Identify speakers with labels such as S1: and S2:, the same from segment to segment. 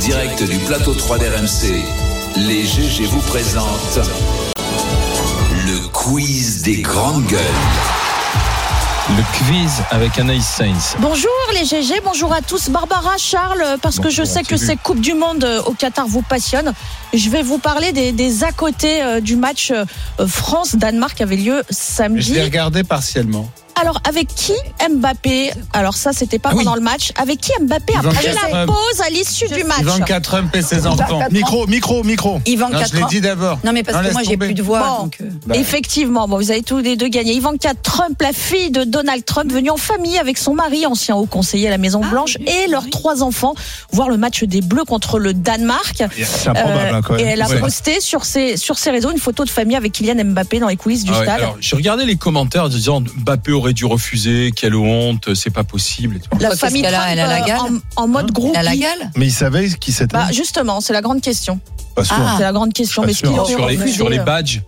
S1: direct du plateau 3 d'RMC, les GG vous présentent le quiz des grandes gueules.
S2: Le quiz avec Anaïs Sainz.
S3: Bonjour les GG, bonjour à tous. Barbara, Charles, parce que je
S2: Bonjour,
S3: sais
S2: on
S3: que
S2: s'est vu.
S3: ces Coupes du Monde euh, au Qatar vous passionnent. Je vais vous parler des, des à côté euh, du match euh, France-Danemark qui avait lieu
S4: Je
S3: samedi.
S4: l'ai regardé partiellement.
S3: Alors avec qui Mbappé Alors ça, c'était pas
S4: Ah oui.
S3: pendant le match. Avec qui Mbappé a
S4: Ivan
S3: pris la
S4: Karam.
S3: pause à l'issue du match
S4: Ivanka Trump et ses enfants. Micro, micro, micro.
S5: Yvan,
S4: Non, je
S5: 4
S4: l'ai
S5: ans.
S4: dit d'abord.
S5: Non, mais parce
S4: Non,
S5: que
S4: laisse
S5: moi, j'ai
S4: tomber.
S5: plus de voix.
S3: Bon.
S5: donc, euh,
S4: Bah,
S3: Effectivement, bon, vous avez tous les deux gagné. Ivanka Trump, la fille de Donald Trump, venue en famille avec son mari, ancien haut conseiller à la Maison Blanche,
S5: Ah oui,
S3: et leurs trois enfants, voir le match des Bleus contre le Danemark.
S4: C'est improbable,
S3: Euh,
S4: hein, quand
S3: et
S4: même.
S3: elle a
S4: Ouais.
S3: posté sur ses, sur ses réseaux une photo de famille avec Kylian Mbappé dans les coulisses du
S2: Ah ouais,
S3: stade.
S2: alors, j'ai regardé les commentaires disant Mbappé aurait dû refuser, quelle honte, c'est pas possible. et tout.
S3: la
S5: Parce
S3: famille
S5: qu'elle a- elle a la
S3: euh,
S5: gale.
S3: en, en mode groupe.
S5: il a la gale.
S6: Mais il savait qui c'était
S3: Bah, justement, c'est la grande question.
S6: Pas sûr.
S5: Ah.
S3: C'est la grande question.
S6: Je
S3: Mais
S6: suis
S3: ce qu'il
S6: pas
S3: aurait
S2: Sur les,
S3: refusé,
S2: sur les
S3: euh,
S2: badges,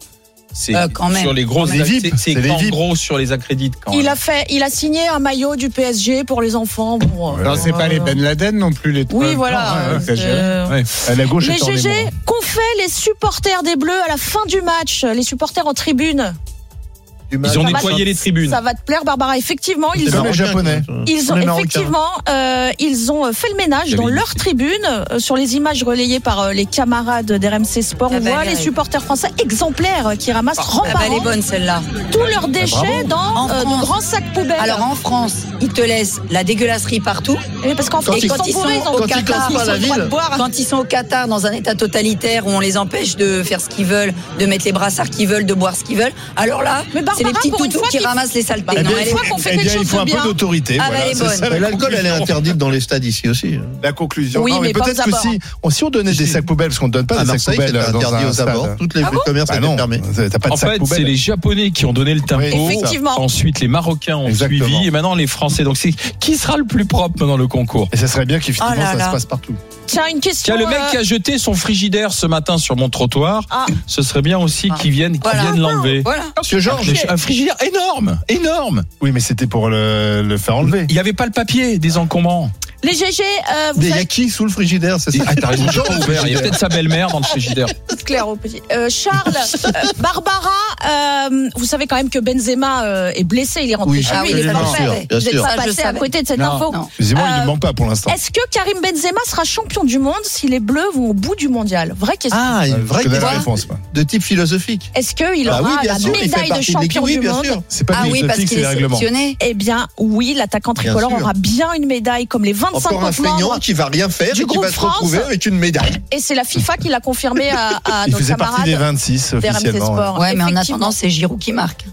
S2: c'est
S5: Euh, quand même.
S2: sur les grosses
S6: Les
S2: c'est-
S6: VIP,
S2: c'est
S6: c'est les
S2: en
S6: VIP.
S2: gros sur les accrédites quand
S3: il
S2: même.
S3: a fait, il a signé un maillot du PSG pour les enfants. Bon, euh,
S4: Non, c'est pas les Ben Laden non plus, les
S3: Oui,
S4: trois.
S3: voilà.
S4: Non, ouais,
S3: euh,
S4: c'est géré.
S3: euh,
S2: Ouais.
S6: À la gauche,
S3: Mais
S6: étant
S3: GG,
S6: libre.
S3: qu'ont fait les supporters des Bleus à la fin du match Les supporters en tribune
S2: Ils ont
S3: Ça va-
S2: nettoyé les tribunes.
S3: Ça va te plaire, Barbara. Effectivement, ils
S6: Comme
S3: ont,
S6: les Japonais.
S3: ils ont
S6: les Marocains.
S3: effectivement, euh, ils ont fait le ménage
S2: J'avais
S3: dans
S2: dit.
S3: leur tribune. Euh, sur les images relayées par euh, les camarades d'RMC Sport,
S5: La
S3: on voit
S5: bagarre.
S3: les supporters français exemplaires euh, qui ramassent
S5: bah euh, Ah, bah, elle est
S3: remparant
S5: bonne, celle-là.
S3: tous
S7: Ah,
S3: leurs déchets dans
S5: En
S3: euh, de
S5: France.
S3: grands sacs poubelles.
S5: Alors, en France, ils te laissent la dégueulasserie partout.
S3: Oui, Eh, parce qu'en France,
S5: et quand ils
S3: bourrés,
S5: sont
S3: ont
S5: au
S3: aucun
S5: Qatar,
S3: ils ont le droit de boire.
S5: quand ils sont au Qatar dans un état totalitaire où on les empêche de faire ce qu'ils veulent, de mettre les brassards qu'ils veulent, de boire ce qu'ils veulent, alors là,
S3: Mais Barbara,
S5: c'est les petits
S3: pour une
S5: toutous
S3: fois
S5: qui
S3: qu'il-
S5: ramassent les saletés.
S3: Bah,
S5: non,
S3: bien,
S5: elle est-
S3: une fois qu'on fait
S6: Eh
S3: quelque
S6: bien, il
S3: chose
S6: faut
S3: de
S6: un
S3: bien.
S6: peu d'autorité.
S5: Ah, bah,
S6: voilà,
S5: elle est
S6: c'est
S5: bonne.
S6: ça, la
S7: Mais L'alcool, elle est
S6: conclusion.
S7: interdite dans les stades ici aussi.
S6: La conclusion.
S3: Oui,
S6: Non,
S3: mais
S6: mais
S3: pas aux
S6: peut-être que
S3: abords.
S6: si on, si on donnait des sacs poubelles, parce qu'on ne donne pas
S7: à
S6: des sacs
S7: Marseille, c'est
S6: poubelles euh, dans
S7: interdit
S6: un
S7: aux
S6: stade.
S7: abords. Toutes les
S3: Ah bon
S7: commerces
S6: Bah
S7: étaient
S6: non,
S7: fermés.
S6: t'as pas de
S2: En
S6: sacs
S2: fait, c'est
S6: poubelles.
S2: les Japonais qui ont donné le tempo.
S6: Oui, c'est ça.
S3: Effectivement.
S2: Ensuite, les Marocains ont
S6: Exactement.
S2: suivi. Et maintenant, les Français. Donc, c'est qui sera le plus propre pendant le concours
S6: Et ça serait bien qu'effectivement
S5: Oh là
S6: ça
S5: là.
S6: se passe partout.
S3: Tiens, une question.
S2: Tiens, le mec
S3: euh,
S2: qui a jeté son frigidaire ce matin sur mon trottoir,
S3: Ah.
S2: ce serait bien aussi
S5: Ah.
S2: qu'il vienne, qu'il
S5: Voilà.
S2: vienne l'enlever.
S5: Voilà.
S6: Monsieur Georges.
S2: Un frigidaire énorme, énorme.
S6: Oui, mais c'était pour le, le faire enlever.
S2: Il n'y avait pas le papier des encombrants.
S3: Les GG, euh, vous
S7: Des
S3: savez-
S7: yakis sous le frigidaire, c'est ça
S2: Ah, t'as raison, j'ai pas ouvert. Il y a peut-être sa belle-mère dans le frigidaire.
S3: Toute claire au petit. Euh, Charles, euh, Barbara, euh, vous savez quand même que Benzema euh, est blessé, il est rentré
S7: Oui,
S3: chez lui, il est
S7: absolument.
S3: pas
S7: Bien sûr,
S3: fait.
S7: bien
S3: Vous êtes
S7: sûr.
S3: pas
S5: ah Ça, je
S3: passé à
S5: savais.
S3: côté de cette
S2: Non.
S3: info.
S5: Non.
S6: Excusez-moi, il
S3: Euh,
S6: ne manque pas pour l'instant.
S3: Est-ce que Karim Benzema sera champion du monde si les Bleus vont au bout du mondial Vraie question.
S7: Ah, une vraie
S6: Je te donne la
S7: question
S6: réponse. moi.
S7: de type philosophique.
S3: Est-ce qu'il
S7: Ah
S3: aura
S7: oui, bien
S3: la
S7: sûr, il fait
S3: médaille de
S7: partie de l'équipe.
S3: champion
S7: Oui,
S3: du
S7: bien
S3: monde
S7: sûr.
S6: C'est pas
S5: Ah oui, parce
S6: anecdotique,
S5: qu'il
S6: c'est les
S5: est
S6: règlements.
S5: sélectionné.
S3: Eh bien, oui, l'attaquant
S7: Bien
S3: tricolore
S7: sûr.
S3: aura bien une médaille, comme les 25
S7: Encore un
S3: autres
S7: feignant
S3: membres.
S7: qui va rien faire
S3: du
S7: et qui
S3: groupe
S7: va se
S3: France.
S7: retrouver avec une médaille.
S3: Et c'est la FIFA qui l'a confirmé à, à
S6: Il
S3: nos
S6: faisait partie des
S3: camarades
S6: 26
S3: d'RMC
S6: officiellement. hein.
S3: Sport.
S5: Ouais, mais en
S3: Effectivement.
S5: attendant, c'est Giroud qui marque.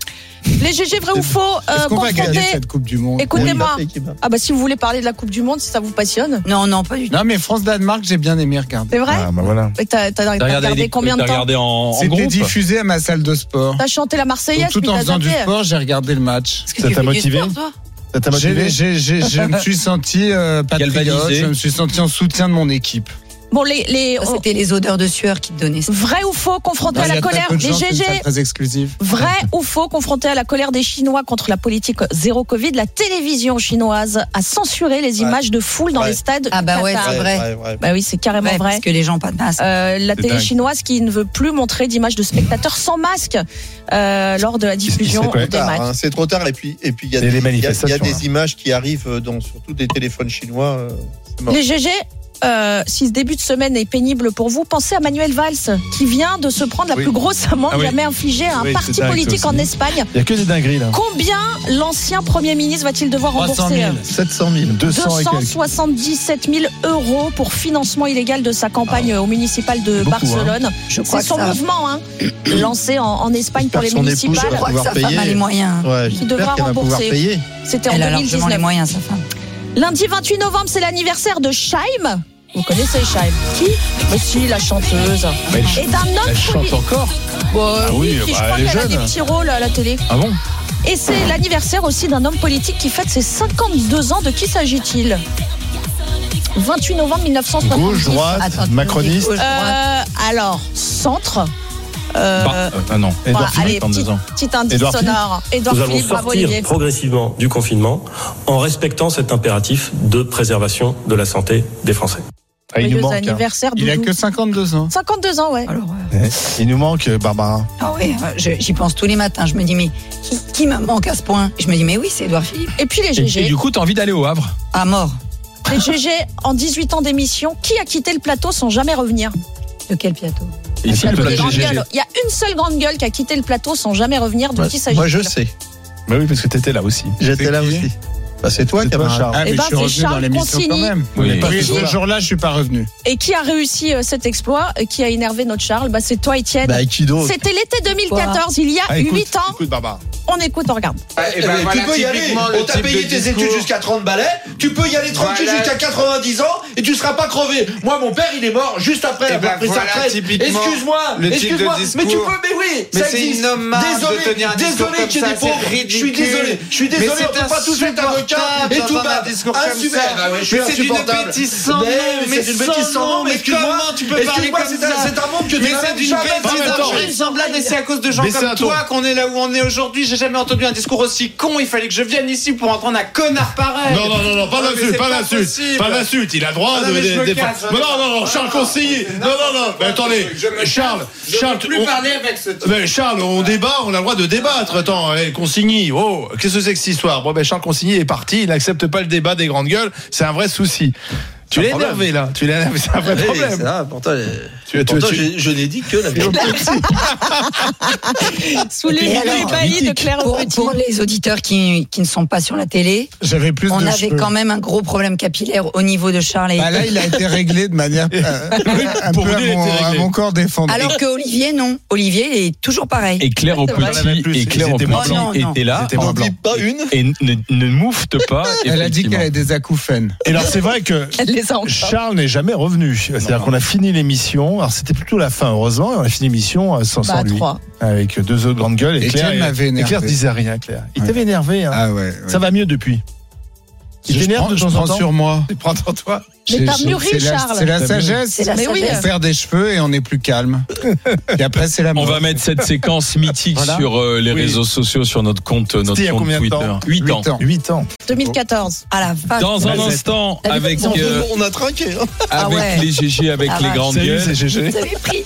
S3: Les GG, vrai ou faux, euh,
S4: Est-ce qu'on va gagner
S3: confrontés
S4: cette Coupe du Monde
S3: Écoutez-moi.
S7: Oui, il a fait-
S3: Ah bah si vous voulez parler de la Coupe du Monde, si ça vous passionne.
S5: Non, non, pas du tout.
S4: Non, mais France-Danemark, j'ai bien aimé regarder.
S3: C'est vrai
S6: Ah, bah voilà.
S3: Mais T'as t'as- t'as
S2: T'as regardé,
S3: regardé
S2: les-
S3: combien de
S2: t'as
S3: temps
S2: regardé en, en
S4: C'était
S2: groupe
S4: diffusé à ma salle de sport.
S3: T'as chanté la Marseillaise
S4: Donc, tout
S3: puis
S4: en
S3: t'as
S4: faisant du
S3: zappé.
S4: sport, j'ai regardé le match.
S5: Est-ce que
S6: Ça
S5: tu
S6: t'a
S5: fais du
S6: motivé
S5: sport, toi
S6: Ça t'a
S4: J'ai-
S6: motivé
S4: j'ai- j'ai- Je me suis senti euh, patriote,
S2: Galvanisé.
S4: je me suis senti en soutien de mon équipe.
S3: Bon, les, les
S5: Ça,
S3: on-
S5: C'était les odeurs de sueur qui te donnaient ça.
S3: vrai ou faux confronté
S4: Il y
S3: à
S4: a
S3: la
S4: très
S3: colère
S4: peu de
S3: des
S4: gens qui aiment
S3: GG.
S4: ça, très exclusif.
S3: Vrai ou faux confronté à la colère des Chinois contre la politique zéro Covid, la télévision chinoise a censuré les
S7: Ouais.
S3: images de foule dans
S7: Ouais.
S3: les stades.
S5: Ah
S3: du
S5: bah ouais,
S3: Qatar.
S5: c'est
S7: Ouais,
S5: vrai.
S7: ouais, ouais.
S3: Bah oui, c'est carrément
S5: Ouais,
S3: vrai.
S5: Parce que les gens pas de masque.
S3: Euh, la
S6: C'est
S3: télé
S6: dingue.
S3: chinoise qui ne veut plus montrer d'images de spectateurs sans masque euh, lors de la diffusion
S6: c'est
S3: des
S6: quoi,
S7: Tard,
S3: matchs.
S7: hein, C'est trop tard. Et puis, et puis, il y a
S6: Et les
S7: des, il y a- il y a
S6: manifestations,
S7: des
S6: là.
S7: images qui arrivent euh, dans surtout des téléphones chinois. euh, c'est mort.
S3: Les GG, euh, si ce début de semaine est pénible pour vous, pensez à Manuel Valls, qui vient de se prendre la
S6: Oui.
S3: plus grosse amende
S2: Ah oui.
S3: jamais infligée à un
S6: Oui,
S3: parti
S6: c'est dingue,
S3: politique
S6: ça
S3: en
S6: aussi.
S3: Espagne.
S6: Il n'y a que des dingueries là.
S3: Combien l'ancien Premier ministre va-t-il devoir
S4: 300
S3: rembourser euh,
S4: 000.
S7: 700 000.
S6: 200 et quelques.
S3: 277 000 euros pour financement illégal de sa campagne au municipal de
S6: Beaucoup, hein.
S3: Barcelone.
S5: Je
S3: C'est
S5: crois
S3: son
S5: que ça-
S3: mouvement hein, lancé en, en Espagne pour
S7: J'espère
S3: les
S7: que son épouse
S5: Je
S3: municipales.
S7: va
S5: crois que
S7: pouvoir
S5: sa femme
S7: payer.
S5: a les moyens.
S7: Ouais,
S3: Qui devra
S7: j'espère qu'elle va pouvoir
S3: rembourser.
S7: payer.
S3: C'était en
S5: Elle a largement les
S3: 2019.
S5: moyens, sa femme.
S3: Lundi 28 novembre, c'est l'anniversaire de Shaim. Vous connaissez Shaim Qui Mais si, la chanteuse.
S2: Mais elle
S3: Et d'un autre
S2: Elle chante encore
S3: Bon, euh,
S6: oui,
S3: qui,
S6: bah,
S3: je crois
S6: elle est
S3: qu'elle a des
S6: jeune.
S3: petits rôles à la télé.
S2: Ah bon
S3: Et c'est l'anniversaire aussi d'un homme politique qui fête ses 52 ans. De qui s'agit-il 28 novembre 1970.
S6: Gauche,
S5: Attends,
S6: droite,
S5: tu
S6: macroniste.
S5: dis gauche, droite.
S3: Euh, alors, centre. Euh,
S2: Bah, euh, Ah non.
S3: voilà,
S6: Edouard Philippe,
S3: allez, petit,
S2: 32 ans.
S3: petit indice
S6: Édouard
S3: sonore. Edouard
S8: Nous allons
S3: Philippe, bravo
S8: sortir
S3: Olivier.
S8: progressivement du confinement en respectant cet impératif de préservation de la santé des Français.
S9: Ah, il nous
S3: Joyeux
S9: manque. hein.
S3: anniversaire,
S4: Il a
S3: Doudou.
S4: que 52 ans.
S3: 52 ans, ouais.
S5: Alors, euh,
S9: Il nous manque, euh, Barbara.
S5: ah oui, euh, je- j'y pense tous les matins. Je me dis, mais qui, qui me manque à ce point Je me dis, mais oui, c'est Edouard Philippe.
S3: Et puis les
S2: Et, et
S3: GG.
S2: du coup, t'as envie d'aller au Havre
S5: À mort.
S3: Les GG, en 18 ans d'émission, qui a quitté le plateau sans jamais revenir
S5: De quel plateau
S2: Et ici,
S3: Il y a
S2: le
S3: des
S2: plateau
S3: grandes
S2: GG.
S3: gueules. Il y a une seule grande gueule qui a quitté le plateau sans jamais revenir. De qui s'agit-il
S10: Moi, je sais.
S6: Bah
S9: Mais oui, parce que t'étais là aussi.
S10: J'étais là
S4: qui
S10: aussi. Bah, c'est toi,
S9: C'est toi,
S10: camarade.
S9: Charles.
S4: Ah,
S3: Eh
S4: mais
S3: ben,
S4: je suis
S3: c'est
S4: revenu dans
S3: Charles
S4: l'émission quand
S3: Consigny.
S4: même.
S2: Oui.
S7: Eh ben,
S4: Oui,
S2: Oui.
S4: ce jour-là, je suis pas revenu.
S3: Et qui a réussi euh, cet exploit, euh, qui a énervé notre Charles Bah, C'est toi, Étienne.
S10: Bah, qui d'autre
S3: C'était l'été 2014, il y a
S9: Ah, écoute,
S3: 8 ans.
S9: Écoute, Barbara.
S3: On écoute, on regarde.
S7: Eh ben, voilà,
S1: tu peux y aller.
S7: typiquement le
S1: On t'a
S7: type
S1: payé
S7: de
S1: tes
S7: discours.
S1: études jusqu'à 30 balais. Tu peux y aller tranquille
S7: Voilà.
S1: jusqu'à 90 ans et tu seras pas crevé. Moi, mon père, il est mort juste après
S7: Eh
S1: avoir
S7: ben,
S1: pris sa
S7: voilà,
S1: retraite.
S7: typiquement
S1: Excuse-moi,
S7: le type de
S1: excuse-moi. Mais tu peux,
S7: discours.
S1: mais oui,
S7: Mais
S1: ça
S7: c'est
S1: existe.
S7: innommable de
S1: désolé,
S7: tenir un discours
S1: désolé
S7: comme
S1: qu'il y ait
S7: ça,
S1: des pauvres.
S7: c'est
S1: Je suis désolé, je suis
S7: Mais
S1: désolé.
S7: c'est
S1: on peut pas tous être avocats
S7: insupportable
S1: et tout
S7: d'entendre
S1: bas.
S7: un discours comme ça.
S1: Insupportable.
S7: Bah ouais, je suis
S1: Mais c'est d'une
S7: insupportable.
S1: bêtise sans
S7: Mais
S1: nom,
S7: oui,
S1: mais
S7: c'est une
S1: sans
S7: bêtise
S1: nom,
S7: sans nom,
S1: mais
S7: mais
S1: excuse-moi.
S7: comment tu peux parler
S1: Excuse-moi,
S7: comme
S1: c'est un-
S7: ça
S1: c'est un monde que tu
S7: Mais
S1: n'auras
S7: c'est d'une
S1: jamais
S7: bêtise
S1: entendu.
S7: injouable, semblable et c'est à cause de gens
S9: Mais c'est
S7: comme
S9: un tour.
S7: toi qu'on est là où on est aujourd'hui. J'ai jamais entendu un discours aussi con. Il fallait que je vienne ici pour entendre un connard pareil.
S6: Non, non, non, non, pas
S7: Ah, mais c'est
S6: d'insulte,
S7: pas
S6: pas d'insulte,
S7: possible.
S6: pas d'insulte. Il a droit
S7: Ah, non,
S6: de.
S7: mais je
S6: de-
S7: me
S6: de-
S7: casse,
S6: Non,
S7: je me
S6: non, non, non, Charles Conseiller. Non, non, non, mais attendez. Charles, Charles,
S7: Plus
S6: on-
S7: parler avec ce
S1: Eh,
S7: type.
S6: mais Ben, Charles, on débat, on a le droit de débattre. Attends, eh, Consigny, oh, qu'est-ce que c'est que cette histoire Bon, ben Charles Consigny est parti, il n'accepte pas le débat des grandes gueules, c'est un vrai souci. Tu l'as
S1: problème.
S6: énervé là, tu l'as énervé, c'est un vrai
S1: Eh, c'est
S6: problème.
S1: là, pourtant, euh,
S6: Tu, tu-
S1: pourtant,
S6: tu-
S1: je- je n'ai dit que la vérité.
S3: Sous les
S5: Et
S3: yeux
S5: alors,
S3: ébahis de Claire
S5: pour,
S3: Petit.
S5: pour les auditeurs qui, qui ne sont pas sur la télé,
S4: J'avais plus
S5: on
S4: de
S5: avait
S4: cheveux.
S5: quand même un gros problème capillaire au niveau de Charles. et-
S4: Bah là, il a été réglé de manière euh, un
S2: pour
S4: peu
S2: lui, il
S4: à
S2: a
S4: mon,
S2: été
S4: à
S2: réglé.
S4: mon corps défendu.
S5: Alors que Olivier, non. Olivier est toujours pareil.
S2: Et Claire au petit et Claire au
S9: Ils étaient
S5: blancs.
S2: blanc
S5: Non, non.
S2: était là.
S9: Ils étaient blancs.
S2: blanc.
S10: Pas une.
S2: Et ne, ne moufte pas.
S4: Elle a dit
S2: effectivement.
S4: qu'elle avait des acouphènes.
S9: Et alors, c'est vrai que
S3: Elle les a encore.
S9: Charles n'est jamais revenu. C'est-à-dire qu'on a fini l'émission. Alors, c'était plutôt la fin, heureusement. et On a fini l'émission euh, sans,
S3: Bah,
S9: sans lui.
S3: trois.
S9: Avec deux autres grandes gueules. Et
S4: Étienne
S9: Claire, et-
S4: m'avait
S9: et Claire
S4: énervé.
S9: disait rien, Claire. Il
S4: Ouais.
S9: t'avait énervé. hein.
S4: Ah ouais.
S9: Ça va mieux depuis. Il
S4: Je
S9: t'énerve
S4: prends-
S9: de
S4: je
S9: temps en
S4: prends
S9: temps.
S4: sur moi.
S9: Tu prends dans toi.
S3: Mais
S4: J'ai-
S3: t'as
S4: j'ai-
S3: mûri,
S4: c'est la-
S3: Charles.
S4: C'est la
S9: T'as mûri.
S4: sagesse.
S5: C'est la
S3: Mais oui.
S5: sagesse.
S4: On perd des cheveux et on est plus calme. Et après, c'est la mort.
S2: On va mettre cette séquence mythique
S4: Voilà.
S2: sur euh, les
S9: Oui.
S2: réseaux sociaux, sur notre compte, euh, notre
S9: C'était il y a
S2: compte
S9: combien de
S2: Twitter.
S9: temps
S2: 8,
S4: Huit
S2: ans.
S4: ans.
S9: 8 ans.
S3: euh, 2014.
S5: À Ah la vache.
S2: Dans un
S9: Vas-y.
S2: instant,
S5: Vas-y,
S2: avec,
S5: vas-y.
S2: euh,
S10: On a trinqué. hein.
S5: Ah
S2: avec
S5: ouais.
S2: les GG, avec
S5: Ah
S2: les
S5: ouais.
S2: grandes
S9: Salut,
S2: gueules.
S9: c'est GG.
S5: Vous avez pris.